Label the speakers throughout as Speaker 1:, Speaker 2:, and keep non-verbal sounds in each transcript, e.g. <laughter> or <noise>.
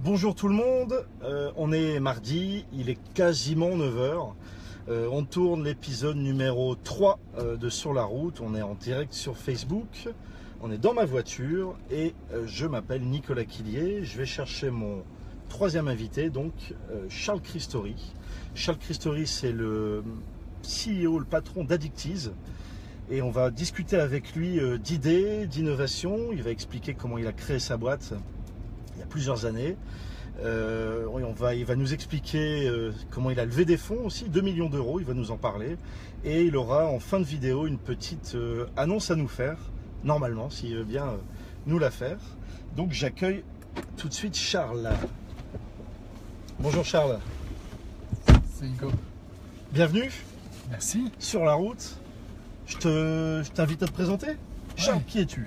Speaker 1: Bonjour tout le monde, euh, on est mardi, il est quasiment 9h. Euh, on tourne l'épisode numéro 3 euh, de Sur la route, on est en direct sur Facebook, on est dans ma voiture et euh, je m'appelle Nicolas Quillier, je vais chercher mon troisième invité, donc euh, Charles Christori. Charles Christori c'est le CEO, le patron d'Addictiz et on va discuter avec lui euh, d'idées, d'innovations, il va expliquer comment il a créé sa boîte il y a plusieurs années. Euh, oui, on va, il va nous expliquer euh, comment il a levé des fonds aussi, 2 millions d'euros, il va nous en parler. Et il aura en fin de vidéo une petite euh, annonce à nous faire, normalement, s'il veut bien euh, nous la faire. Donc j'accueille tout de suite Charles. Bonjour Charles,
Speaker 2: C'est Hugo.
Speaker 1: bienvenue
Speaker 2: Merci.
Speaker 1: sur la route. Je te- je t'invite à te présenter. Charles,
Speaker 2: Ouais.
Speaker 1: qui es-tu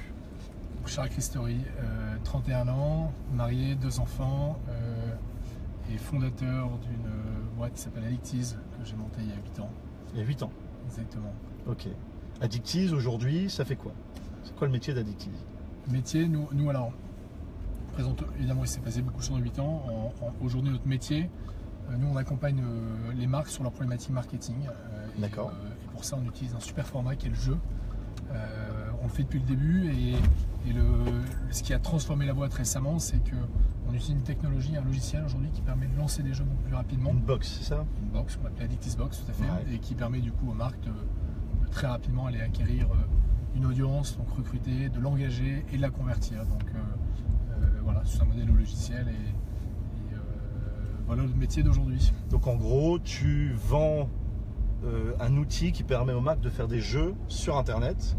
Speaker 2: Donc, Charles Christori, euh, 31 ans, marié, deux enfants euh, et fondateur d'une euh, boîte qui s'appelle Addictiz que j'ai montée il y a 8 ans.
Speaker 1: Il y a 8 ans.
Speaker 2: Exactement.
Speaker 1: Ok. Addictiz aujourd'hui, ça fait quoi C'est quoi le métier d'Addictiz
Speaker 2: Métier, nous, nous alors, on présente, évidemment, il s'est passé beaucoup de choses en 8 ans. En- en- Aujourd'hui, notre métier, euh, nous, on accompagne euh, les marques sur leurs problématiques marketing. euh, et,
Speaker 1: D'accord.
Speaker 2: euh, et pour ça, on utilise un super format qui est le jeu. Euh, on le fait depuis le début et, et le- ce qui a transformé la boîte récemment, c'est qu'on utilise une technologie, un logiciel aujourd'hui qui permet de lancer des jeux beaucoup plus rapidement.
Speaker 1: Une box, c'est ça
Speaker 2: Une box qu'on appelle Addictis Box, tout à fait,
Speaker 1: Ouais.
Speaker 2: et qui permet du coup aux marques de, de très rapidement aller acquérir euh, une audience, donc recruter, de l'engager et de la convertir. Donc euh, euh, voilà, c'est un modèle au logiciel et, et, euh, voilà le métier d'aujourd'hui.
Speaker 1: Donc en gros, tu vends euh, un outil qui permet aux marques de faire des jeux sur Internet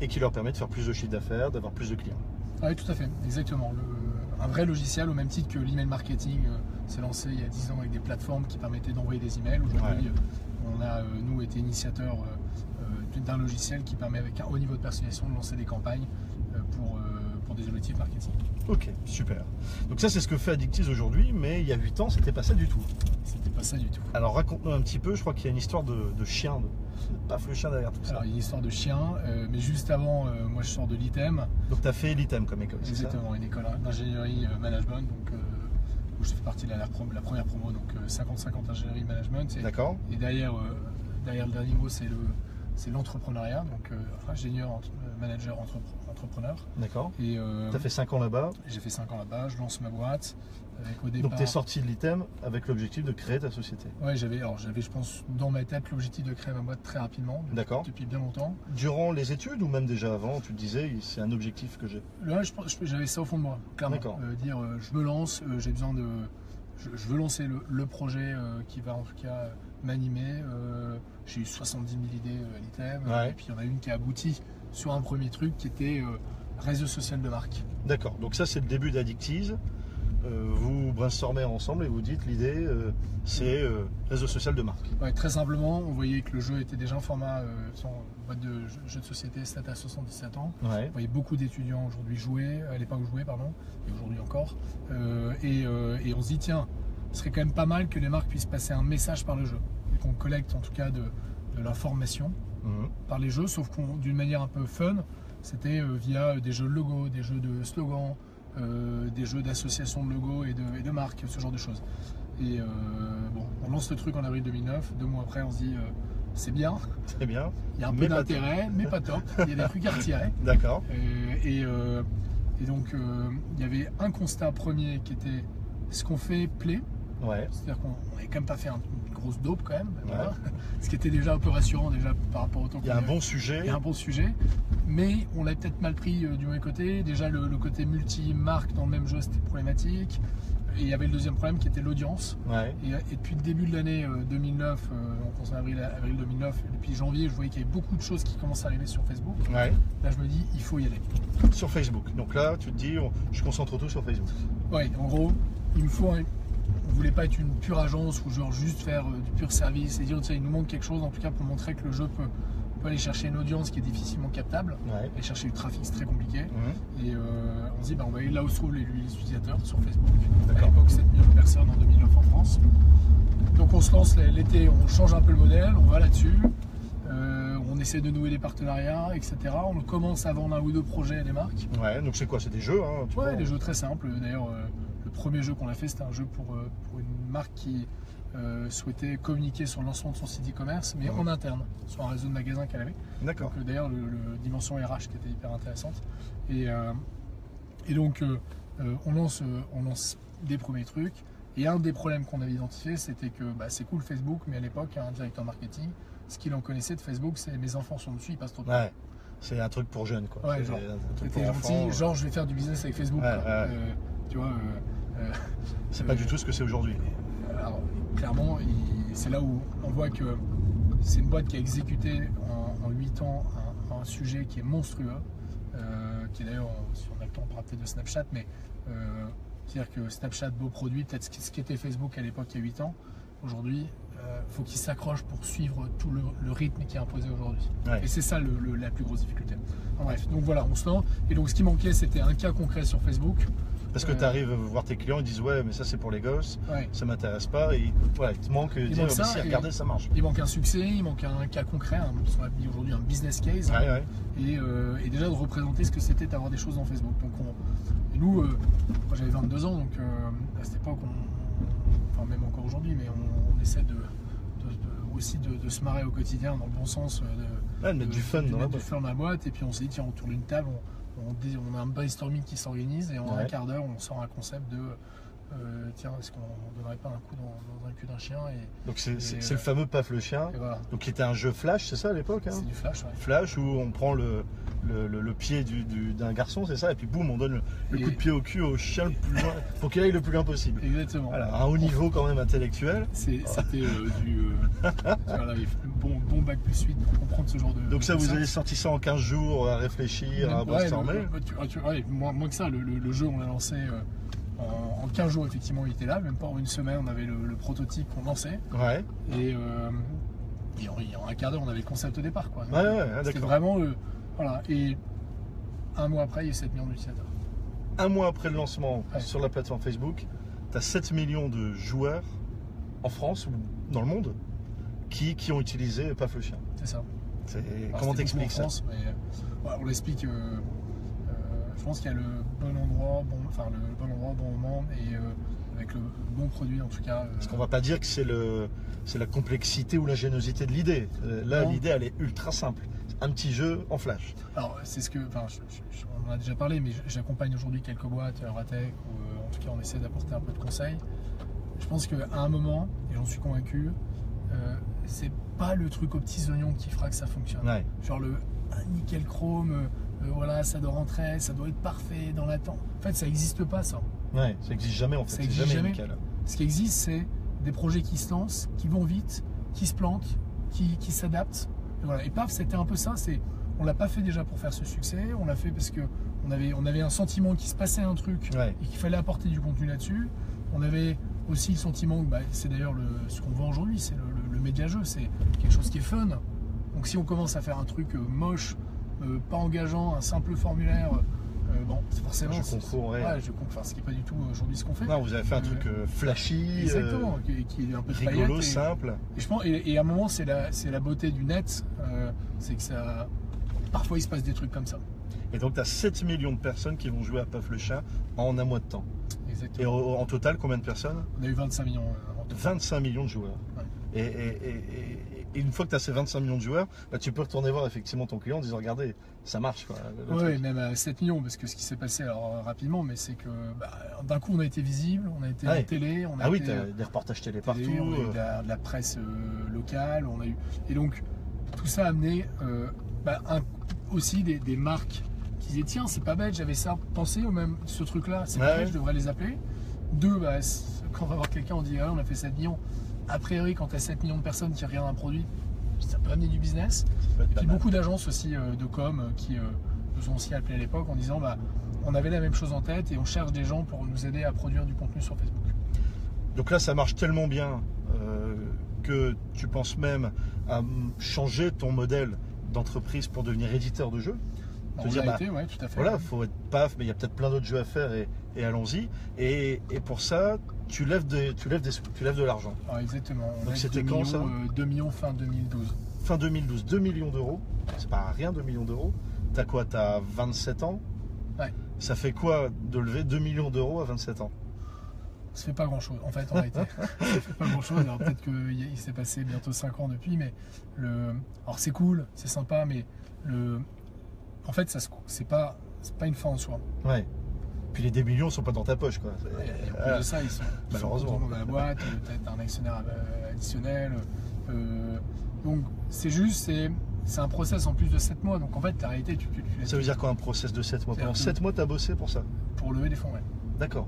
Speaker 1: et qui leur permet de faire plus de chiffre d'affaires, d'avoir plus de clients.
Speaker 2: Ah oui, tout à fait, exactement. Le- un vrai logiciel, au même titre que l'email marketing euh, s'est lancé il y a 10 ans avec des plateformes qui permettaient d'envoyer des emails. Aujourd'hui, euh, on a, euh, nous, été initiateurs euh, euh, d'un logiciel qui permet, avec un haut niveau de personnalisation, de lancer des campagnes euh, pour, euh, pour des objectifs marketing.
Speaker 1: Ok, super. Donc ça, c'est ce que fait Addictiz aujourd'hui, mais il y a 8 ans, c'était pas ça du tout.
Speaker 2: C'était pas ça du tout.
Speaker 1: Alors raconte-nous un petit peu, je crois qu'il y a une histoire de, de chien, de, de paf le chien derrière tout ça.
Speaker 2: Alors, il y a une histoire de chien, euh, mais juste avant, euh, moi je sors de l'ITEM,
Speaker 1: Donc t'as fait l'ITEM comme école, c'est ça
Speaker 2: exactement, une école d'ingénierie euh, management, donc, euh, où je fais partie de la, la prom- la première promo, donc euh, 50-50 ingénierie management. Et,
Speaker 1: D'accord
Speaker 2: et derrière, euh, derrière le dernier mot, c'est le c'est l'entrepreneuriat, donc euh, ingénieur, entre- euh, manager, entrepre- entrepreneur.
Speaker 1: D'accord.
Speaker 2: Et euh,
Speaker 1: T'as fait 5 ans là-bas,
Speaker 2: j'ai fait 5 ans là-bas, je lance ma boîte avec au départ.
Speaker 1: donc t'es sorti de l'ITEM avec l'objectif de créer ta société.
Speaker 2: Ouais, j'avais, alors j'avais, je pense, dans ma tête l'objectif de créer ma boîte très rapidement, depuis-
Speaker 1: D'accord.
Speaker 2: depuis bien longtemps.
Speaker 1: Durant les études ou même déjà avant, tu te disais, c'est un objectif que j'ai.
Speaker 2: Là, je pense- je- j'avais ça au fond de moi, clairement.
Speaker 1: D'accord.
Speaker 2: Euh, dire, euh, je me lance, euh, j'ai besoin de. Je, je veux lancer le, le projet euh, qui va en tout cas euh, m'animer. Euh, j'ai eu 70 000 idées euh, à l'ITEM.
Speaker 1: Ouais.
Speaker 2: Et puis, il y en a une qui a abouti sur un premier truc qui était euh, réseau social de marque.
Speaker 1: D'accord, donc ça c'est le début d'Addictiz. Euh, vous brainstormez ensemble et vous dites l'idée euh, c'est euh, réseau social de marque.
Speaker 2: Ouais, très simplement, on voyait que le jeu était déjà un format, euh, son boîte de jeu- jeu de société, stat à 77 ans.
Speaker 1: Ouais.
Speaker 2: Vous voyez beaucoup d'étudiants aujourd'hui jouer, à l'époque jouer, pardon, et aujourd'hui encore. Euh, et, euh, et on se dit, tiens, ce serait quand même pas mal que les marques puissent passer un message par le jeu. Et Qu'on collecte en tout cas de, de l'information
Speaker 1: Mhm.
Speaker 2: par les jeux, sauf qu'on d'une manière un peu fun, c'était euh, via des jeux de logo, des jeux de slogans, euh, des jeux d'association de logos et de, et de marques, ce genre de choses. Et euh, bon, on lance le truc en avril 2009, deux mois après on se dit, euh, c'est bien,
Speaker 1: Très bien,
Speaker 2: il y a un
Speaker 1: Mais
Speaker 2: peu
Speaker 1: pas
Speaker 2: d'intérêt, mais pas top, il y a des trucs à retirer.
Speaker 1: d'accord.
Speaker 2: Euh, et, euh, et donc, euh, il y avait un constat premier qui était ce qu'on fait plaît.
Speaker 1: Ouais.
Speaker 2: C'est-à-dire qu'on n'avait quand même pas fait un- une grosse dope quand même. voilà. <laughs>
Speaker 1: Ouais.
Speaker 2: ce qui était déjà un peu rassurant déjà par rapport au temps
Speaker 1: Il y a
Speaker 2: qu'on
Speaker 1: un bon sujet.
Speaker 2: il y a un bon sujet. Mais on l'a peut-être mal pris euh, du mauvais côté. Déjà, le, le côté multi-marque dans le même jeu, c'était problématique. Et il y avait le deuxième problème qui était l'audience.
Speaker 1: Ouais.
Speaker 2: Et, euh, et depuis le début de l'année euh, 2009, euh, donc on s'est en avril, avril 2009, et depuis janvier, je voyais qu'il y avait beaucoup de choses qui commençaient à arriver sur Facebook.
Speaker 1: Ouais.
Speaker 2: Là, je me dis, il faut y aller.
Speaker 1: Sur Facebook. Donc là tu te dis on- je concentre tout sur Facebook.
Speaker 2: Ouais, en gros, il me faut. un- On voulait pas être une pure agence ou genre juste faire euh, du pur service et dire tiens, il nous manque quelque chose en tout cas pour montrer que le jeu peut, peut aller chercher une audience qui est difficilement captable,
Speaker 1: Ouais.
Speaker 2: aller chercher du trafic c'est très compliqué.
Speaker 1: Mhm.
Speaker 2: Et euh, on se dit bah, on va aller là où se trouvent les, les utilisateurs sur Facebook. À
Speaker 1: D'accord.
Speaker 2: l'époque 7 millions de personnes en 2009 en France. Donc on se lance l'été, on change un peu le modèle, on va là-dessus. Euh, on essaie de nouer des partenariats, etc. On commence à vendre un ou deux projets à des marques.
Speaker 1: Ouais. Donc c'est quoi C'est des jeux. Hein, tu
Speaker 2: Ouais,
Speaker 1: vois,
Speaker 2: des jeux très simples. D'ailleurs, euh, le premier jeu qu'on a fait, c'était un jeu pour, euh, pour une marque qui euh, souhaitait communiquer sur l'ensemble de son site e-commerce, mais
Speaker 1: Ouais.
Speaker 2: en interne, sur un réseau de magasins qu'elle avait.
Speaker 1: D'accord.
Speaker 2: Donc, euh, d'ailleurs, le, le dimension RH qui était hyper intéressante. Et, euh, et donc, euh, euh, on, lance, euh, on lance des premiers trucs. Et un des problèmes qu'on avait identifié, c'était que bah, c'est cool Facebook, mais à l'époque, un directeur marketing, ce qu'il en connaissait de Facebook, c'est mes enfants sont dessus, ils passent trop de temps.
Speaker 1: Ouais. C'est un truc pour jeunes, quoi.
Speaker 2: Ouais,
Speaker 1: C'est
Speaker 2: genre,
Speaker 1: un truc
Speaker 2: T'es
Speaker 1: pour
Speaker 2: gentil,
Speaker 1: enfants.
Speaker 2: genre je vais faire du business avec Facebook.
Speaker 1: Ouais,
Speaker 2: quoi.
Speaker 1: ouais.
Speaker 2: Euh, tu vois, euh,
Speaker 1: C'est pas du tout ce que c'est aujourd'hui.
Speaker 2: Alors, clairement, il- c'est là où on voit que c'est une boîte qui a exécuté en, 8 ans un, un sujet qui est monstrueux, euh, qui est d'ailleurs, si on a le temps, on parlera peut-être de Snapchat, mais euh, c'est-à-dire que Snapchat, beau produit, peut-être ce qui- ce qu'était Facebook à l'époque il y a 8 ans, aujourd'hui, euh, faut qu'ils s'accrochent pour suivre tout le, le rythme qui est imposé aujourd'hui.
Speaker 1: Ouais.
Speaker 2: Et c'est ça le- le- la plus grosse difficulté. En bref, donc voilà, on se lance. Et donc ce qui manquait, c'était un cas concret sur Facebook.
Speaker 1: Parce que
Speaker 2: Ouais.
Speaker 1: tu arrives voir tes clients, ils disent ouais, mais ça c'est pour les gosses,
Speaker 2: Ouais.
Speaker 1: ça m'intéresse pas. Et voilà, il te manque de dire
Speaker 2: manque ça,
Speaker 1: mais si,
Speaker 2: et-
Speaker 1: regardez, ça marche.
Speaker 2: Il manque un succès, il manque un cas concret, un- ce qu'on appelle aujourd'hui un business case, hein.
Speaker 1: Ouais, ouais.
Speaker 2: et, euh, et déjà de représenter ce que c'était d'avoir des choses dans Facebook. Donc on- et nous, euh, moi j'avais 22 ans, donc euh, à cette époque, on, enfin même encore aujourd'hui, mais on, on essaie de, de- de- aussi de, de se marrer au quotidien dans le bon sens, euh, de,
Speaker 1: Ouais, de mettre
Speaker 2: de-
Speaker 1: du fun bah.
Speaker 2: de
Speaker 1: dans la
Speaker 2: mettre du
Speaker 1: boîte.
Speaker 2: fun dans la boîte, et puis on s'est dit tiens, autour d'une table, on, on dé- on a un brainstorming qui s'organise, et en
Speaker 1: Ouais.
Speaker 2: un quart d'heure, on sort un concept de euh, tiens, est-ce qu'on donnerait pas un coup dans, dans un cul d'un chien, et,
Speaker 1: Donc c'est c'est-
Speaker 2: Et,
Speaker 1: c'est
Speaker 2: euh,
Speaker 1: le fameux paf le chien.
Speaker 2: et voilà,
Speaker 1: Donc qui était un jeu flash, c'est ça à l'époque hein
Speaker 2: c'est du flash. ouais.
Speaker 1: Flash où on prend le, le, le- le pied du- du- d'un garçon, c'est ça, et puis boum, on donne le, le
Speaker 2: Et-
Speaker 1: coup de pied au cul au chien le plus loin pour qu'il aille le plus loin possible.
Speaker 2: Exactement.
Speaker 1: Voilà, un haut niveau quand même intellectuel.
Speaker 2: C'est- C'était euh, du euh, voilà, les- bon, bon bac plus 8 pour comprendre ce genre de.
Speaker 1: Donc ça,
Speaker 2: de
Speaker 1: vous hein,
Speaker 2: concept.
Speaker 1: avez sorti ça en 15 jours à réfléchir, à
Speaker 2: Ouais,
Speaker 1: brainstormer.
Speaker 2: le- le- tu- ah, tu- ouais, moins, moins que ça, le, le- le jeu on l'a lancé euh, en, en 15 jours effectivement il était là, même pas en une semaine on avait le, le prototype qu'on lançait
Speaker 1: Ouais,
Speaker 2: et, euh, et en, et en un quart d'heure on avait le concept au départ quoi.
Speaker 1: ouais, ouais, ouais,
Speaker 2: C'était
Speaker 1: d'accord.
Speaker 2: vraiment euh, voilà et un mois après il y a eu 7 millions d'utilisateurs.
Speaker 1: Un mois après le lancement
Speaker 2: Ouais.
Speaker 1: sur la plateforme Facebook, tu as 7 millions de joueurs en France ou dans le monde qui, qui ont utilisé Paf le chien.
Speaker 2: C'est ça.
Speaker 1: C'est-
Speaker 2: Alors,
Speaker 1: Comment
Speaker 2: Ah, c'était
Speaker 1: t'expliques
Speaker 2: beaucoup
Speaker 1: ça
Speaker 2: en France, mais, euh, ouais, On l'explique. euh, euh, je pense qu'il y a le bon endroit, bon, enfin le bon endroit, bon moment et euh, avec le bon produit en tout cas. euh,
Speaker 1: Parce qu'on va pas dire que c'est le c'est la complexité ou l'ingéniosité de l'idée. Euh, Là,
Speaker 2: Non.
Speaker 1: l'idée elle est ultra simple. C'est Un petit jeu en flash.
Speaker 2: Alors c'est ce que, enfin, je- je- je- on en a déjà parlé, mais j'accompagne aujourd'hui quelques boîtes à Ratec où euh, en tout cas on essaie d'apporter un peu de conseils. Je pense qu'à un moment, et j'en suis convaincu, euh, c'est pas le truc aux petits oignons qui fera que ça fonctionne.
Speaker 1: Ouais.
Speaker 2: genre le ah, nickel chrome, euh, euh, voilà, ça doit rentrer, ça doit être parfait dans l'attente. En fait, ça n'existe pas ça.
Speaker 1: Ouais, ça existe jamais en fait.
Speaker 2: Ça
Speaker 1: C'est
Speaker 2: existe
Speaker 1: jamais,
Speaker 2: jamais.
Speaker 1: nickel.
Speaker 2: Ce qui existe, c'est des projets qui se lancent, qui vont vite, qui se plantent, qui, qui s'adaptent. Et, voilà. et paf, c'était un peu ça. C'est, on l'a pas fait déjà pour faire ce succès. On l'a fait parce que on avait, on avait un sentiment qu'il se passait un truc
Speaker 1: Ouais.
Speaker 2: et qu'il fallait apporter du contenu là-dessus. On avait aussi le sentiment que bah, c'est d'ailleurs le, ce qu'on voit aujourd'hui, c'est le, le- le média jeu, c'est quelque chose qui est fun. Donc si on commence à faire un truc euh, moche, euh, pas engageant, un simple formulaire, euh, bon, c'est forcément.
Speaker 1: Je
Speaker 2: c'est-
Speaker 1: concours, ouais.
Speaker 2: ouais, je concours. Enfin, ce qui n'est pas du tout euh, aujourd'hui ce qu'on fait.
Speaker 1: Non, vous avez fait un
Speaker 2: Euh,
Speaker 1: truc euh, flashy, euh,
Speaker 2: Exactement, qui, qui est un peu de
Speaker 1: rigolo,
Speaker 2: paillettes et-
Speaker 1: simple.
Speaker 2: Et, je pense, et, et à un moment, c'est la, c'est la beauté du net, euh, c'est que ça. Parfois, il se passe des trucs comme ça.
Speaker 1: Et donc, tu as 7 millions de personnes qui vont jouer à Paf le chat en un mois de temps. Et
Speaker 2: Exactement.
Speaker 1: au- en total, combien de personnes
Speaker 2: On a eu 25 millions euh, en tout.
Speaker 1: 25 millions de joueurs.
Speaker 2: Ouais.
Speaker 1: Et, et- et- et- et une fois que tu as ces 25 millions de joueurs, bah, tu peux retourner voir effectivement ton client en disant Regardez, ça marche. Quoi, le truc.
Speaker 2: Oui, même à 7 millions, parce que ce qui s'est passé alors euh, rapidement, mais c'est que bah, d'un coup, on a été visible, on a été
Speaker 1: Ah oui.
Speaker 2: en télé, on a
Speaker 1: Ah oui,
Speaker 2: été,
Speaker 1: tu
Speaker 2: euh,
Speaker 1: as des reportages télé
Speaker 2: télé,
Speaker 1: partout.
Speaker 2: on a eu
Speaker 1: euh,
Speaker 2: de la, de la presse euh, locale, on a eu. Et donc, tout ça a amené euh, bah, un- aussi des, des marques qui disaient tiens, c'est pas bête, j'avais ça pensé au même ce truc-là, c'est
Speaker 1: Ouais,
Speaker 2: vrai,
Speaker 1: ouais.
Speaker 2: je devrais les appeler. Deux, bah, c- quand on va voir quelqu'un, on dit ah, on a fait 7 millions. A priori, quand tu as 7 millions de personnes qui regardent un produit, ça peut amener du business.
Speaker 1: ça peut être
Speaker 2: Et
Speaker 1: pas
Speaker 2: puis
Speaker 1: mal.
Speaker 2: beaucoup d'agences aussi euh, de com euh, qui euh, nous ont aussi appelés à l'époque en disant bah, on avait la même chose en tête et on cherche des gens pour nous aider à produire du contenu sur Facebook.
Speaker 1: Donc là, ça marche tellement bien euh, que tu penses même à mm, changer ton modèle d'entreprise pour devenir éditeur de jeux.
Speaker 2: On
Speaker 1: Te dire,
Speaker 2: l'a
Speaker 1: bah,
Speaker 2: été, ouais, tout à fait.
Speaker 1: Voilà, faut être paf, mais il y a peut-être plein d'autres jeux à faire et, et allons-y. Et, et pour ça, tu lèves, des, tu lèves, des, sous, tu lèves de l'argent.
Speaker 2: Ah, exactement. On
Speaker 1: Donc
Speaker 2: a eu
Speaker 1: c'était
Speaker 2: 2
Speaker 1: quand,
Speaker 2: millions,
Speaker 1: ça
Speaker 2: euh, 2 millions fin 2012.
Speaker 1: Fin 2012, 2 millions d'euros. C'est pas rien, 2 millions d'euros. T'as quoi T'as 27 ans
Speaker 2: Ouais.
Speaker 1: Ça fait quoi de lever 2 millions d'euros à 27 ans
Speaker 2: se fait pas grand chose. En fait,
Speaker 1: <laughs>
Speaker 2: en réalité, il se fait pas grand chose. Alors peut-être qu'il s'est passé bientôt 5 ans depuis, mais le. Alors c'est cool, c'est sympa, mais le. En fait, ça se... c'est pas, c'est pas une fin en soi.
Speaker 1: Ouais. Puis les 10 millions sont pas dans ta poche, quoi. C'est-
Speaker 2: Et en plus
Speaker 1: Ah,
Speaker 2: de ça, ils sont, ils sont
Speaker 1: malheureusement.
Speaker 2: contents de la boîte, euh, peut-être un actionnaire euh, additionnel. euh, donc c'est juste, c'est, c'est un process en plus de 7 mois. Donc en fait, la réalité, tu, tu, tu-
Speaker 1: Ça veut dire quoi un process de 7 mois
Speaker 2: C'est
Speaker 1: Pendant
Speaker 2: un peu-
Speaker 1: 7 mois, t'as bossé pour ça
Speaker 2: pour lever des fonds, ouais.
Speaker 1: D'accord.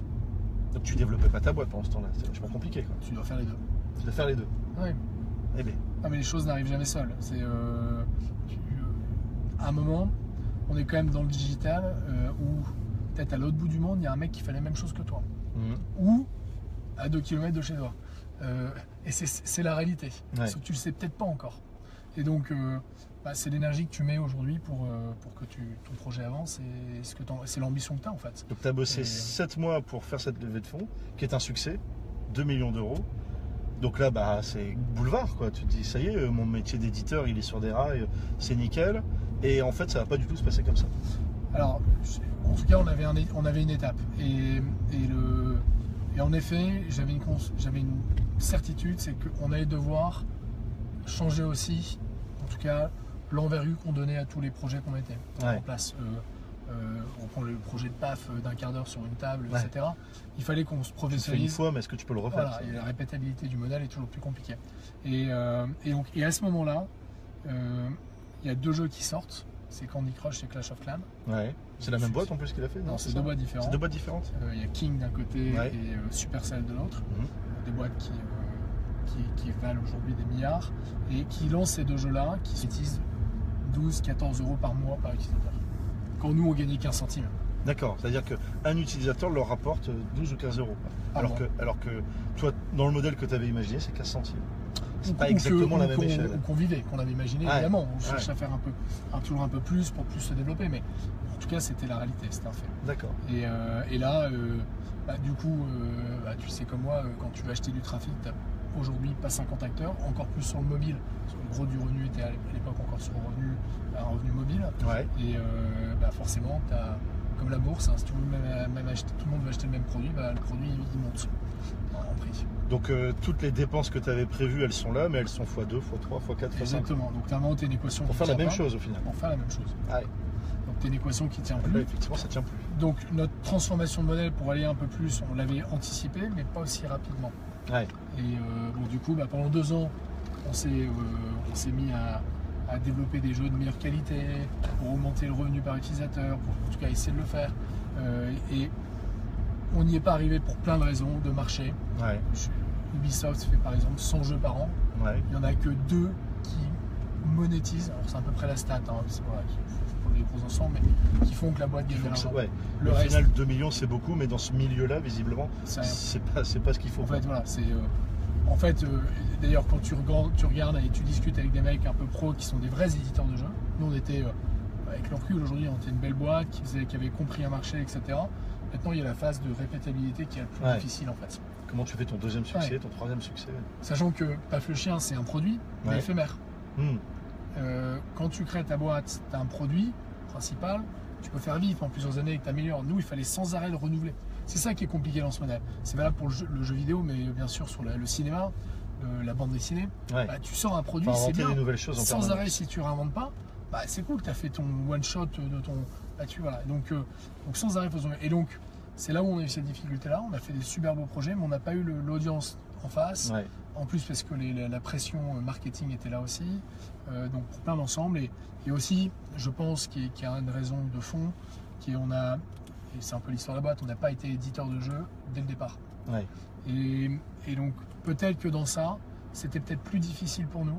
Speaker 1: Donc tu développais pas ta boîte pendant ce temps-là. C'est vachement compliqué, quoi.
Speaker 2: tu dois faire les deux.
Speaker 1: Tu dois faire les deux.
Speaker 2: Ouais.
Speaker 1: Eh bien,
Speaker 2: Ah, mais les choses n'arrivent jamais seules. C'est euh, tu- euh, à un moment, on est quand même dans le digital euh, où peut-être à l'autre bout du monde, il y a un mec qui fait la même chose que toi,
Speaker 1: Mm.
Speaker 2: ou à 2 km de chez toi. Euh, et c'est- c'est la réalité.
Speaker 1: Ouais.
Speaker 2: Sauf que tu le sais peut-être pas encore. Et donc, euh, bah, c'est l'énergie que tu mets aujourd'hui pour, euh, pour que tu- ton projet avance et ce que t'en- c'est l'ambition que tu as en fait.
Speaker 1: donc t'as bossé
Speaker 2: Et-
Speaker 1: 7 mois pour faire cette levée de fonds, qui est un succès, 2 millions d'euros. Donc là, bah, c'est boulevard, quoi. Tu te dis, ça y est, euh, mon métier d'éditeur, il est sur des rails, euh, c'est nickel. Et en fait, ça va pas du tout se passer comme ça.
Speaker 2: Alors, je- en tout cas, on avait, un é- on avait une étape. Et, et le, et en effet, j'avais une, cons- j'avais une certitude, c'est qu'on allait devoir changer aussi, en tout cas, l'envergure qu'on donnait à tous les projets qu'on mettait en
Speaker 1: Ouais.
Speaker 2: place. Euh, euh, on prend le projet de PAF euh, d'un quart d'heure sur une table,
Speaker 1: Ouais.
Speaker 2: etc. Il fallait qu'on
Speaker 1: Tu le
Speaker 2: se
Speaker 1: fais une
Speaker 2: professionnalise.
Speaker 1: fois, mais est-ce que tu peux le refaire
Speaker 2: Voilà,
Speaker 1: ça
Speaker 2: et la répétabilité du modèle est toujours plus compliquée. Et, euh, et donc, et à ce moment-là, euh, il y a deux jeux qui sortent. C'est Candy Crush et Clash of Clans.
Speaker 1: Ouais. C'est la même boîte en plus qu'il a fait
Speaker 2: Non, c'est
Speaker 1: ça
Speaker 2: deux boîtes différentes.
Speaker 1: C'est deux boîtes différentes
Speaker 2: Euh, Il y a King d'un côté
Speaker 1: Ouais. Mhm.
Speaker 2: et euh, Supercell de l'autre. Des boîtes qui, euh, qui, qui valent aujourd'hui des milliards et qui lancent ces deux jeux-là qui utilisent 12-14 euros par mois par utilisateur. Quand nous, on gagnait 15 centimes.
Speaker 1: D'accord, c'est-à-dire qu'un utilisateur leur rapporte 12 ou 15 euros.
Speaker 2: par
Speaker 1: alors,
Speaker 2: mois.
Speaker 1: que, alors que toi, dans le modèle que tu avais imaginé, c'est 15 centimes.
Speaker 2: Ou
Speaker 1: C'est
Speaker 2: qu'on-
Speaker 1: pas
Speaker 2: ou
Speaker 1: exactement
Speaker 2: que-
Speaker 1: la
Speaker 2: ou
Speaker 1: même
Speaker 2: qu'on-
Speaker 1: échelle.
Speaker 2: ou qu'on vivait, qu'on avait imaginé,
Speaker 1: Ouais.
Speaker 2: évidemment. On cherche à faire un peu, un- toujours un peu plus pour plus se développer, mais en tout cas, c'était la réalité, c'était un fait.
Speaker 1: D'accord.
Speaker 2: Et, euh, et là, euh, bah, du coup, euh, bah, tu sais comme moi, euh, quand tu veux acheter du trafic, tu aujourd'hui pas 50 acteurs, encore plus sur le mobile, parce que le gros du revenu était à l'époque encore sur le revenu, un revenu mobile.
Speaker 1: Ouais.
Speaker 2: Et euh, bah, forcément, t'as- comme la bourse, hein, si tout le, monde, même- même acheter- tout le monde veut acheter le même produit, bah, le produit il il monte en prix.
Speaker 1: Donc euh, toutes les dépenses que tu avais prévues, elles sont là, mais elles sont x2, x3, x4, x5.
Speaker 2: Exactement. Donc, tu as inventé une équation
Speaker 1: Pour
Speaker 2: qui
Speaker 1: faire la
Speaker 2: tient
Speaker 1: même
Speaker 2: pas.
Speaker 1: chose au final.
Speaker 2: pour faire la même chose.
Speaker 1: Ouais.
Speaker 2: Donc t'as une équation qui tient
Speaker 1: Là,
Speaker 2: plus.
Speaker 1: effectivement, ça tient plus.
Speaker 2: Donc notre transformation de modèle pour aller un peu plus, on l'avait anticipé, mais pas aussi rapidement.
Speaker 1: Ouais.
Speaker 2: Et euh, bon, du coup, bah, pendant deux ans, on s'est, euh, on s'est mis à, à développer des jeux de meilleure qualité, pour augmenter le revenu par utilisateur, pour en tout cas essayer de le faire. Euh, et on n'y est pas arrivé pour plein de raisons de marché.
Speaker 1: Ouais.
Speaker 2: Je- Ubisoft fait par exemple 100 jeux par an.
Speaker 1: Ouais.
Speaker 2: Il n'y en a que deux qui monétisent, alors c'est à peu près la stat, hein, c'est pas, faut prendre les gros ensemble, mais qui font que la boîte gagne de
Speaker 1: Donc, c'est-
Speaker 2: l'argent.
Speaker 1: ouais.
Speaker 2: Le
Speaker 1: Au
Speaker 2: reste,
Speaker 1: final, 2 millions, c'est beaucoup, mais dans ce milieu-là, visiblement,
Speaker 2: c'est rien.
Speaker 1: c'est pas, c'est pas ce qu'il faut.
Speaker 2: En fait, voilà, c'est. euh, en fait, euh, d'ailleurs, quand tu regardes, tu regardes et tu discutes avec des mecs un peu pros qui sont des vrais éditeurs de jeux, nous on était, euh, avec le recul aujourd'hui, on était une belle boîte qui, faisait, qui avait compris un marché, etc. Maintenant, il y a la phase de répétabilité qui est la plus
Speaker 1: Ouais.
Speaker 2: difficile en fait.
Speaker 1: Comment tu fais ton deuxième succès,
Speaker 2: Ouais.
Speaker 1: ton troisième succès
Speaker 2: Sachant que Paf le chien, c'est un produit, mais
Speaker 1: Ouais.
Speaker 2: éphémère.
Speaker 1: Hmm.
Speaker 2: Euh, quand tu crées ta boîte, tu as un produit principal, tu peux faire vivre en plusieurs années et que tu améliores. Nous, il fallait sans arrêt le renouveler. C'est ça qui est compliqué dans ce modèle. C'est valable pour le jeu, le jeu vidéo, mais bien sûr sur la- le cinéma, euh, la bande dessinée.
Speaker 1: Ouais.
Speaker 2: Bah, tu sors un produit,
Speaker 1: Faut
Speaker 2: c'est
Speaker 1: inventer
Speaker 2: bien.
Speaker 1: des nouvelles choses en
Speaker 2: Sans
Speaker 1: permanence.
Speaker 2: arrêt, si tu réinventes pas, bah, c'est cool, tu as fait ton one shot de ton. là-dessus, voilà. Donc, euh, donc sans arrêt, faut se- Et donc, c'est là où on a eu cette difficulté-là. On a fait des super beaux projets, mais on n'a pas eu le- l'audience en face.
Speaker 1: Ouais.
Speaker 2: En plus parce que les- la, la pression euh, marketing était là aussi, Euh, donc pour plein d'ensemble. Et, et aussi, je pense qu'il y, qu'il y a une raison de fond, qui est on a, et c'est un peu l'histoire de la boîte, on n'a pas été éditeur de jeu dès le départ.
Speaker 1: Ouais.
Speaker 2: Et, et donc peut-être que dans ça, c'était peut-être plus difficile pour nous.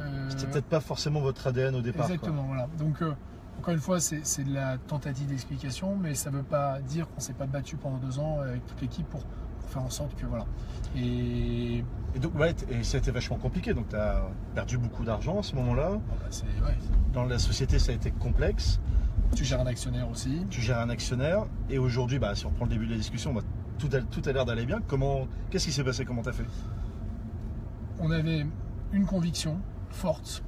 Speaker 2: Euh,
Speaker 1: C'était peut-être pas forcément votre ADN au départ. quoi.
Speaker 2: Exactement, voilà. Donc, euh, encore une fois, c'est c'est de la tentative d'explication, mais ça ne veut pas dire qu'on s'est pas battu pendant deux ans avec toute l'équipe pour, pour faire en sorte que, voilà. Et
Speaker 1: Et donc, ouais, t- et ça a été vachement compliqué. Donc, tu as perdu beaucoup d'argent à ce moment-là.
Speaker 2: bon, bah, c'est. ouais,
Speaker 1: Dans la société, ça a été complexe.
Speaker 2: Tu gères un actionnaire aussi.
Speaker 1: Tu gères un actionnaire. Et aujourd'hui, bah, si on reprend le début de la discussion, bah, tout a, tout a l'air d'aller bien. Comment, qu'est-ce qui s'est passé Comment t'as fait
Speaker 2: On avait une conviction forte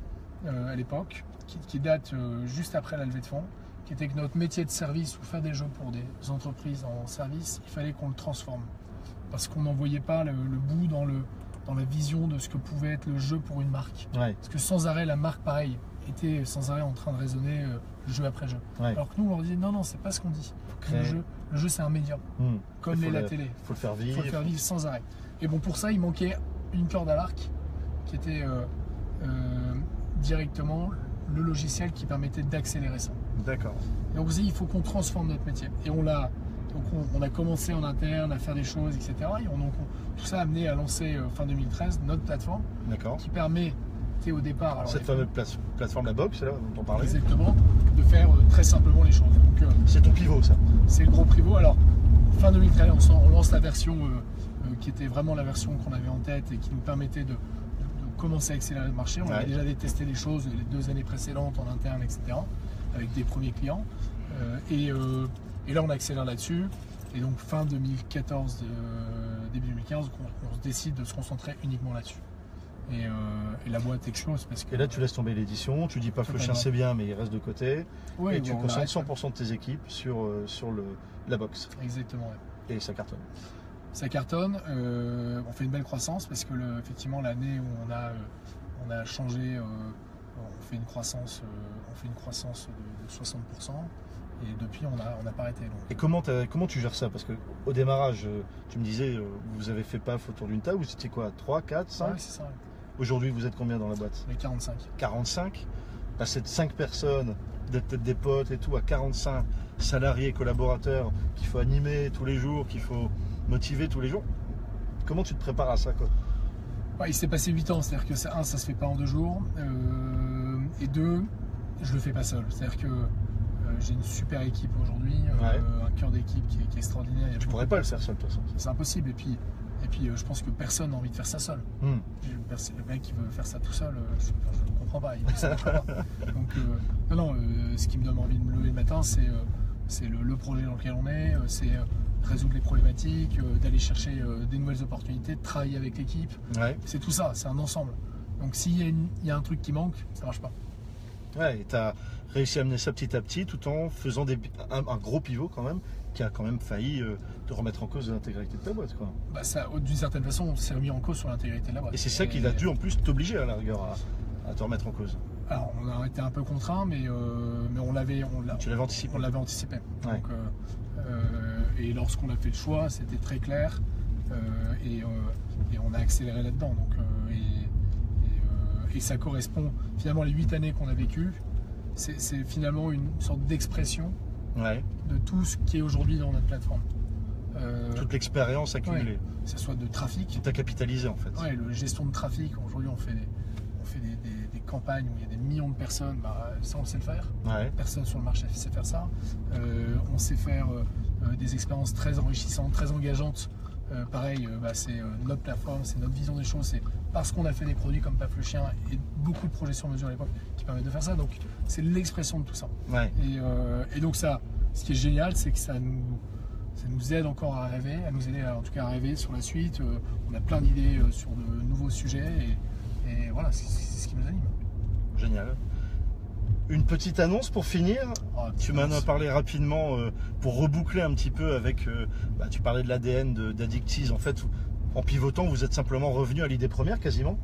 Speaker 2: euh, à l'époque, qui, qui date euh, juste après la levée de fonds, qui était que notre métier de service ou faire des jeux pour des entreprises en service, il fallait qu'on le transforme. parce qu'on n'envoyait pas le, le bout dans, le, dans la vision de ce que pouvait être le jeu pour une marque.
Speaker 1: Ouais.
Speaker 2: Parce que sans arrêt, la marque, pareil, était sans arrêt en train de raisonner euh, jeu après jeu.
Speaker 1: Ouais.
Speaker 2: Alors que nous, on leur disait non, non, c'est pas ce qu'on dit. Faut créer
Speaker 1: Ouais.
Speaker 2: le jeu, le jeu c'est un média,
Speaker 1: Hmm.
Speaker 2: comme
Speaker 1: Il
Speaker 2: les
Speaker 1: faut
Speaker 2: la
Speaker 1: le-
Speaker 2: télé.
Speaker 1: Faut le faire
Speaker 2: Il
Speaker 1: vivre.
Speaker 2: faut le faire vivre sans arrêt. Et bon, pour ça, il manquait une corde à l'arc qui était euh, euh, directement le logiciel qui permettait d'accélérer ça.
Speaker 1: D'accord.
Speaker 2: Et on se dit, il faut qu'on transforme notre métier. Et on l'a. Donc on, on a commencé en interne à faire des choses, etc. Et on, donc on- tout ça a amené à lancer euh, fin 2013 notre plateforme
Speaker 1: D'accord.
Speaker 2: qui permettait au départ, alors,
Speaker 1: Cette fameuse place- plateforme la box là dont on parlait.
Speaker 2: exactement, de faire euh, très simplement les choses. Donc euh,
Speaker 1: C'est ton pivot ça.
Speaker 2: c'est le gros pivot. Alors, fin 2013, on, s'en- on lance la version euh, euh, qui était vraiment la version qu'on avait en tête et qui nous permettait de, de- de commencer à accélérer le marché. On
Speaker 1: Ouais.
Speaker 2: avait déjà testé des choses les deux années précédentes en interne, etc., avec des premiers clients. Euh, et, euh, et là, on accélère là-dessus. Et donc, fin 2014, euh, début 2015, on, on se décide de se concentrer uniquement là-dessus. Et, euh, et la boîte explose parce que.
Speaker 1: Et là tu laisses tomber l'édition, tu dis pas que le chien
Speaker 2: Totalement.
Speaker 1: c'est bien mais il reste de côté.
Speaker 2: Ouais,
Speaker 1: et tu
Speaker 2: bon, on
Speaker 1: concentres
Speaker 2: arrête.
Speaker 1: 100% de tes équipes sur, euh, sur le, la box.
Speaker 2: Exactement. ouais.
Speaker 1: Et ça cartonne.
Speaker 2: ça cartonne. euh, on fait une belle croissance parce que le- effectivement l'année où on a, euh, on a changé, euh, on fait une croissance, euh, on fait une croissance de, de 60%. Et depuis on a on n'a pas arrêté. Donc.
Speaker 1: Et comment, t'as- comment tu gères ça Parce que au démarrage, euh, tu me disais, euh, vous avez fait paf autour d'une table, vous étiez quoi 3, 4, 5
Speaker 2: Ouais, c'est ça.
Speaker 1: Aujourd'hui, vous êtes combien dans la boîte
Speaker 2: On est 45.
Speaker 1: 45 Passer de 5 bah, personnes, d'être peut-être des potes et tout, à 45 salariés, collaborateurs qu'il faut animer tous les jours, qu'il faut motiver tous les jours. Comment tu te prépares à ça quoi
Speaker 2: Ouais, il s'est passé 8 ans, c'est-à-dire que ça, un, ça se fait pas en deux jours, euh, et deux, je le fais pas seul. C'est-à-dire que euh, j'ai une super équipe aujourd'hui, euh, un cœur d'équipe qui, est- qui est extraordinaire. Il y a
Speaker 1: Tu
Speaker 2: beaucoup-
Speaker 1: pourrais pas le faire seul de toute façon.
Speaker 2: C'est impossible. Et puis, et puis euh, je pense que personne n'a envie de faire ça seul.
Speaker 1: Hmm. <laughs>
Speaker 2: Le pers- euh, ben, Le mec qui veut faire ça tout seul, euh, je je ne comprends pas. il- ça marchera pas. Donc, euh, non, non, euh, ce qui me donne envie de me lever le matin, c'est euh, c'est le, le projet dans lequel on est, euh, c'est euh, résoudre les problématiques, euh, d'aller chercher euh, des nouvelles opportunités, de travailler avec l'équipe.
Speaker 1: Ouais.
Speaker 2: C'est tout ça, c'est un ensemble. Donc, s'il y, a une- il y a un truc qui manque, ça marche pas.
Speaker 1: Ouais, et t'as réussi à amener ça petit à petit tout en faisant des, un, un gros pivot quand même, qui a quand même failli euh, te remettre en cause de l'intégralité de ta boîte. Quoi.
Speaker 2: Bah, ça, D'une certaine façon, on s'est remis en cause sur l'intégrité de la boîte.
Speaker 1: Et c'est ça qui a dû en plus t'obliger à la rigueur à, à te remettre en cause.
Speaker 2: Alors, on a été un peu contraint, mais, euh, mais on l'avait. on l'a-
Speaker 1: Tu l'avais anticipé.
Speaker 2: on l'avait anticipé.
Speaker 1: Ouais.
Speaker 2: Donc, euh, euh, et lorsqu'on a fait le choix, c'était très clair euh, et, euh, et on a accéléré là-dedans. Donc, euh, et, et, euh, et ça correspond finalement les huit années qu'on a vécues. C'est c'est finalement une sorte d'expression
Speaker 1: Ouais.
Speaker 2: de tout ce qui est aujourd'hui dans notre plateforme. Euh,
Speaker 1: Toute l'expérience accumulée.
Speaker 2: que ce soit de trafic,
Speaker 1: T'as capitalisé en fait.
Speaker 2: Ouais, le gestion de trafic, aujourd'hui on fait, des, on fait des, des- des campagnes où il y a des millions de personnes, bah, ça on sait le faire
Speaker 1: Ouais.
Speaker 2: personne sur le marché sait faire ça. Euh, on sait faire euh, euh, des expériences très enrichissantes, très engageantes. Euh, pareil, euh, bah, c'est euh, notre plateforme, c'est notre vision des choses. C'est parce qu'on a fait des produits comme Paf le Chien et beaucoup de projets sur mesure à l'époque qui permettent de faire ça. Donc c'est l'expression de tout ça.
Speaker 1: Ouais.
Speaker 2: Et, euh, et donc ça, ce qui est génial, c'est que ça nous, ça nous aide encore à rêver, à nous aider à- en tout cas à rêver sur la suite. Euh, on a plein d'idées euh, sur de nouveaux sujets et, et voilà, c'est c'est ce qui nous anime.
Speaker 1: Génial. Une petite annonce pour finir.
Speaker 2: Ah,
Speaker 1: Tu m'en as parlé rapidement euh, pour reboucler un petit peu avec. euh, bah, tu parlais de l'ADN d'Addictise. En fait, en pivotant, vous êtes simplement revenu à l'idée première quasiment.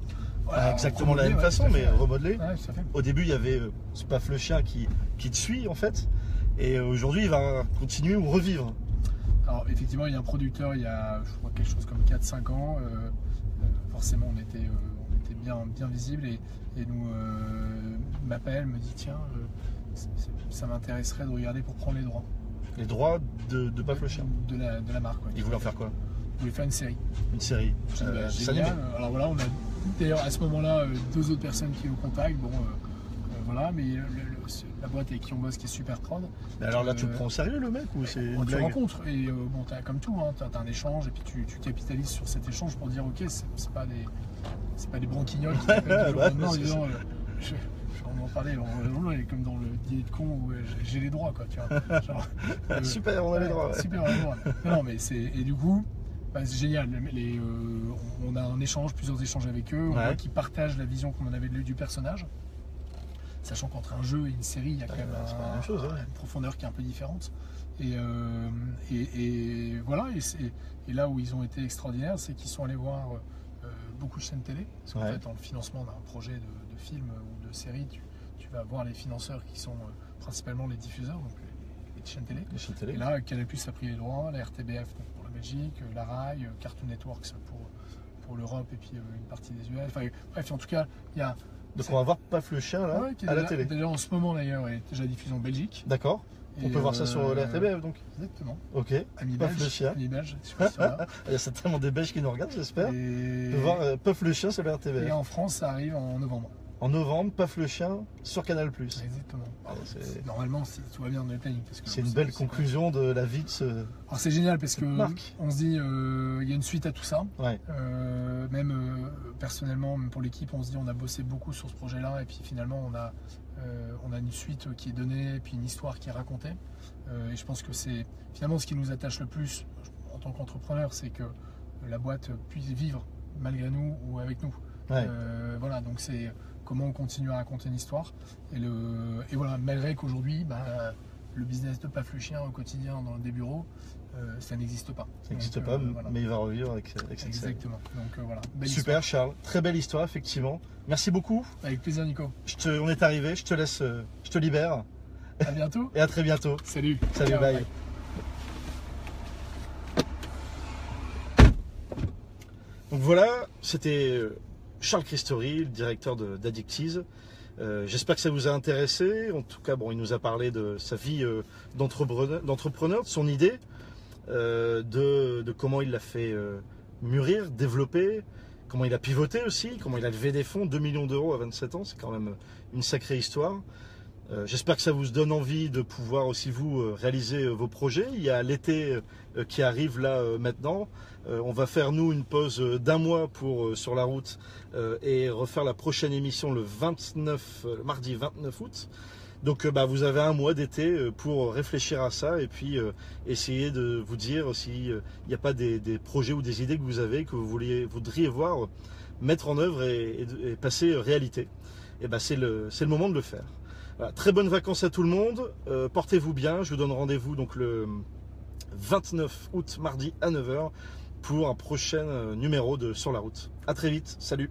Speaker 2: voilà,
Speaker 1: Pas exactement la
Speaker 2: remodeler,
Speaker 1: même
Speaker 2: ouais,
Speaker 1: façon,
Speaker 2: tout à
Speaker 1: mais
Speaker 2: fait.
Speaker 1: remodelé.
Speaker 2: Ouais, tout à fait.
Speaker 1: Au début, il y avait euh, Spaff le chien qui, qui te suit en fait. Et euh, aujourd'hui, il va continuer ou revivre.
Speaker 2: Alors effectivement, il y a un producteur il y a je crois quelque chose comme 4-5 ans. euh, euh, forcément, on était, euh, on était bien, bien visible et, et nous euh, m'appelle, me dit tiens, euh, c- c- ça m'intéresserait de regarder pour prendre les droits
Speaker 1: Les droits de, de Paf le chien.
Speaker 2: de la, de la marque. ouais.
Speaker 1: Il voulait en faire quoi
Speaker 2: Il voulait faire une série.
Speaker 1: Une série.
Speaker 2: J'ai dit,
Speaker 1: euh,
Speaker 2: bah,
Speaker 1: dessin
Speaker 2: génial.
Speaker 1: animé.
Speaker 2: Alors voilà, on a d'ailleurs à ce moment-là euh, deux autres personnes qui nous contactent. Bon, euh, euh, voilà, mais le- le- la boîte avec qui on bosse qui est super prod.
Speaker 1: Mais alors là, tu le
Speaker 2: Euh, Oh,
Speaker 1: prends au sérieux le mec ou c'est une
Speaker 2: On te
Speaker 1: blague
Speaker 2: rencontre et euh, bon, t'as- comme tout, hein, t'as t'as un échange et puis tu, tu capitalises sur cet échange pour dire ok, c'est c'est pas des c'est pas des branquignoles
Speaker 1: <laughs>
Speaker 2: qui t'appellent du jour au
Speaker 1: Ouais,
Speaker 2: lendemain en
Speaker 1: Bah, c'est
Speaker 2: disant, euh, je, je- on en parlait, on, on est comme dans le dîner de con où euh, j'ai- j'ai les droits quoi, tu
Speaker 1: <laughs>
Speaker 2: vois. Genre, euh,
Speaker 1: Ah, Super, on a les
Speaker 2: ouais,
Speaker 1: droits. ouais.
Speaker 2: Super, on a les droits. Non, non, mais c'est et du coup, bah, c'est génial. Les- les, euh, on on a un échange, plusieurs échanges avec eux, on
Speaker 1: Ouais.
Speaker 2: voit qu'ils partagent la vision qu'on en avait de lui du personnage. Sachant qu'entre un jeu et une série, il y a quand même
Speaker 1: c'est pas la
Speaker 2: un-
Speaker 1: même chose, ouais.
Speaker 2: une profondeur qui est un peu différente. Et, euh, et, et voilà, et, c'est- et là où ils ont été extraordinaires, c'est qu'ils sont allés voir euh, beaucoup de chaînes télé. Parce qu'en
Speaker 1: Ouais.
Speaker 2: fait, dans le financement d'un projet de, de film ou de série, tu, tu vas voir les financeurs qui sont euh, principalement les diffuseurs, donc les, les chaînes télé.
Speaker 1: Les chaînes télé.
Speaker 2: Et là, Canal Plus a pris les droits, la RTBF donc, pour la Belgique, euh, la RAI, euh, Cartoon Networks pour, pour l'Europe et puis euh, une partie des US. Enfin, bref, en tout cas, il y a.
Speaker 1: Donc on va voir Paf le chien là,
Speaker 2: Ouais, qui est
Speaker 1: à la
Speaker 2: déjà-
Speaker 1: télé.
Speaker 2: Déjà en ce moment d'ailleurs, elle est déjà diffusée en Belgique.
Speaker 1: D'accord On
Speaker 2: Et,
Speaker 1: peut voir ça sur
Speaker 2: euh,
Speaker 1: la RTBF donc.
Speaker 2: Exactement.
Speaker 1: Ok.
Speaker 2: Ami
Speaker 1: Paf
Speaker 2: belge.
Speaker 1: le chien.
Speaker 2: Ami belge, je suis
Speaker 1: <laughs>
Speaker 2: pas sûr, là.
Speaker 1: Il y a certainement des Belges qui nous regardent, j'espère.
Speaker 2: Et...
Speaker 1: De voir euh, Puff le chien sur la
Speaker 2: et
Speaker 1: RTBF.
Speaker 2: en France, ça arrive en novembre.
Speaker 1: En novembre, Puff le chien sur Canal.
Speaker 2: Exactement.
Speaker 1: Ah, c'est-
Speaker 2: C'est- Normalement, si tout va bien dans les plannings. parce que-
Speaker 1: C'est une belle
Speaker 2: c'est-
Speaker 1: conclusion de la vie de ce.
Speaker 2: Alors c'est génial parce que
Speaker 1: Marc.
Speaker 2: on se dit euh, il y a une suite à tout ça.
Speaker 1: Ouais.
Speaker 2: Euh, même euh, personnellement, même pour l'équipe, on se dit on a bossé beaucoup sur ce projet-là et puis finalement on a euh, on a une suite qui est donnée et puis une histoire qui est racontée. Euh, et je pense que c'est finalement ce qui nous attache le plus en tant qu'entrepreneur, c'est que la boîte puisse vivre malgré nous ou avec nous.
Speaker 1: Ouais.
Speaker 2: Euh, voilà, donc c'est comment on continue à raconter une histoire. Et, le, et voilà, malgré qu'aujourd'hui, bah, le business de Paf le chien au quotidien dans des bureaux, euh, ça n'existe pas.
Speaker 1: Ça n'existe
Speaker 2: Donc,
Speaker 1: pas,
Speaker 2: euh, voilà.
Speaker 1: mais il va revivre avec, avec cette série.
Speaker 2: Exactement. Donc euh, voilà. Belle histoire.
Speaker 1: Super Charles, très belle histoire effectivement. Merci beaucoup.
Speaker 2: Avec plaisir, Nico.
Speaker 1: Je te- on est arrivé, je te laisse, euh, je te libère
Speaker 2: À
Speaker 1: <laughs>
Speaker 2: bientôt.
Speaker 1: et à très bientôt.
Speaker 2: Salut.
Speaker 1: Salut,
Speaker 2: Ciao,
Speaker 1: bye. Donc voilà, c'était euh, Charles Christori, le directeur de- d'Addictiz. Euh, J'espère que ça vous a intéressé. En tout cas, bon, il nous a parlé de sa vie euh, d'entrepreneur, d'entrepreneur, de son idée, euh, de, de comment il l'a fait euh, mûrir, développer, comment il a pivoté aussi, comment il a levé des fonds, 2 millions d'euros à 27 ans, c'est quand même une sacrée histoire. Euh, J'espère que ça vous donne envie de pouvoir aussi vous euh, réaliser euh, vos projets. Il y a l'été euh, qui arrive là euh, maintenant. Euh, on va faire nous une pause euh, d'un mois pour euh, sur la route euh, et refaire la prochaine émission le 29 euh, le mardi 29 août. Donc euh, bah, vous avez un mois d'été euh, pour réfléchir à ça et puis euh, essayer de vous dire s'il n'y a pas des, des projets ou des idées que vous avez que vous vouliez, voudriez voir euh, mettre en œuvre et, et- et passer euh, réalité. Et bah, c'est le, c'est le moment de le faire. Voilà, très bonnes vacances à tout le monde. Euh, Portez-vous bien. Je vous donne rendez-vous donc le 29 août, mardi à 9h, pour un prochain euh, numéro de Sur la route. À très vite. Salut.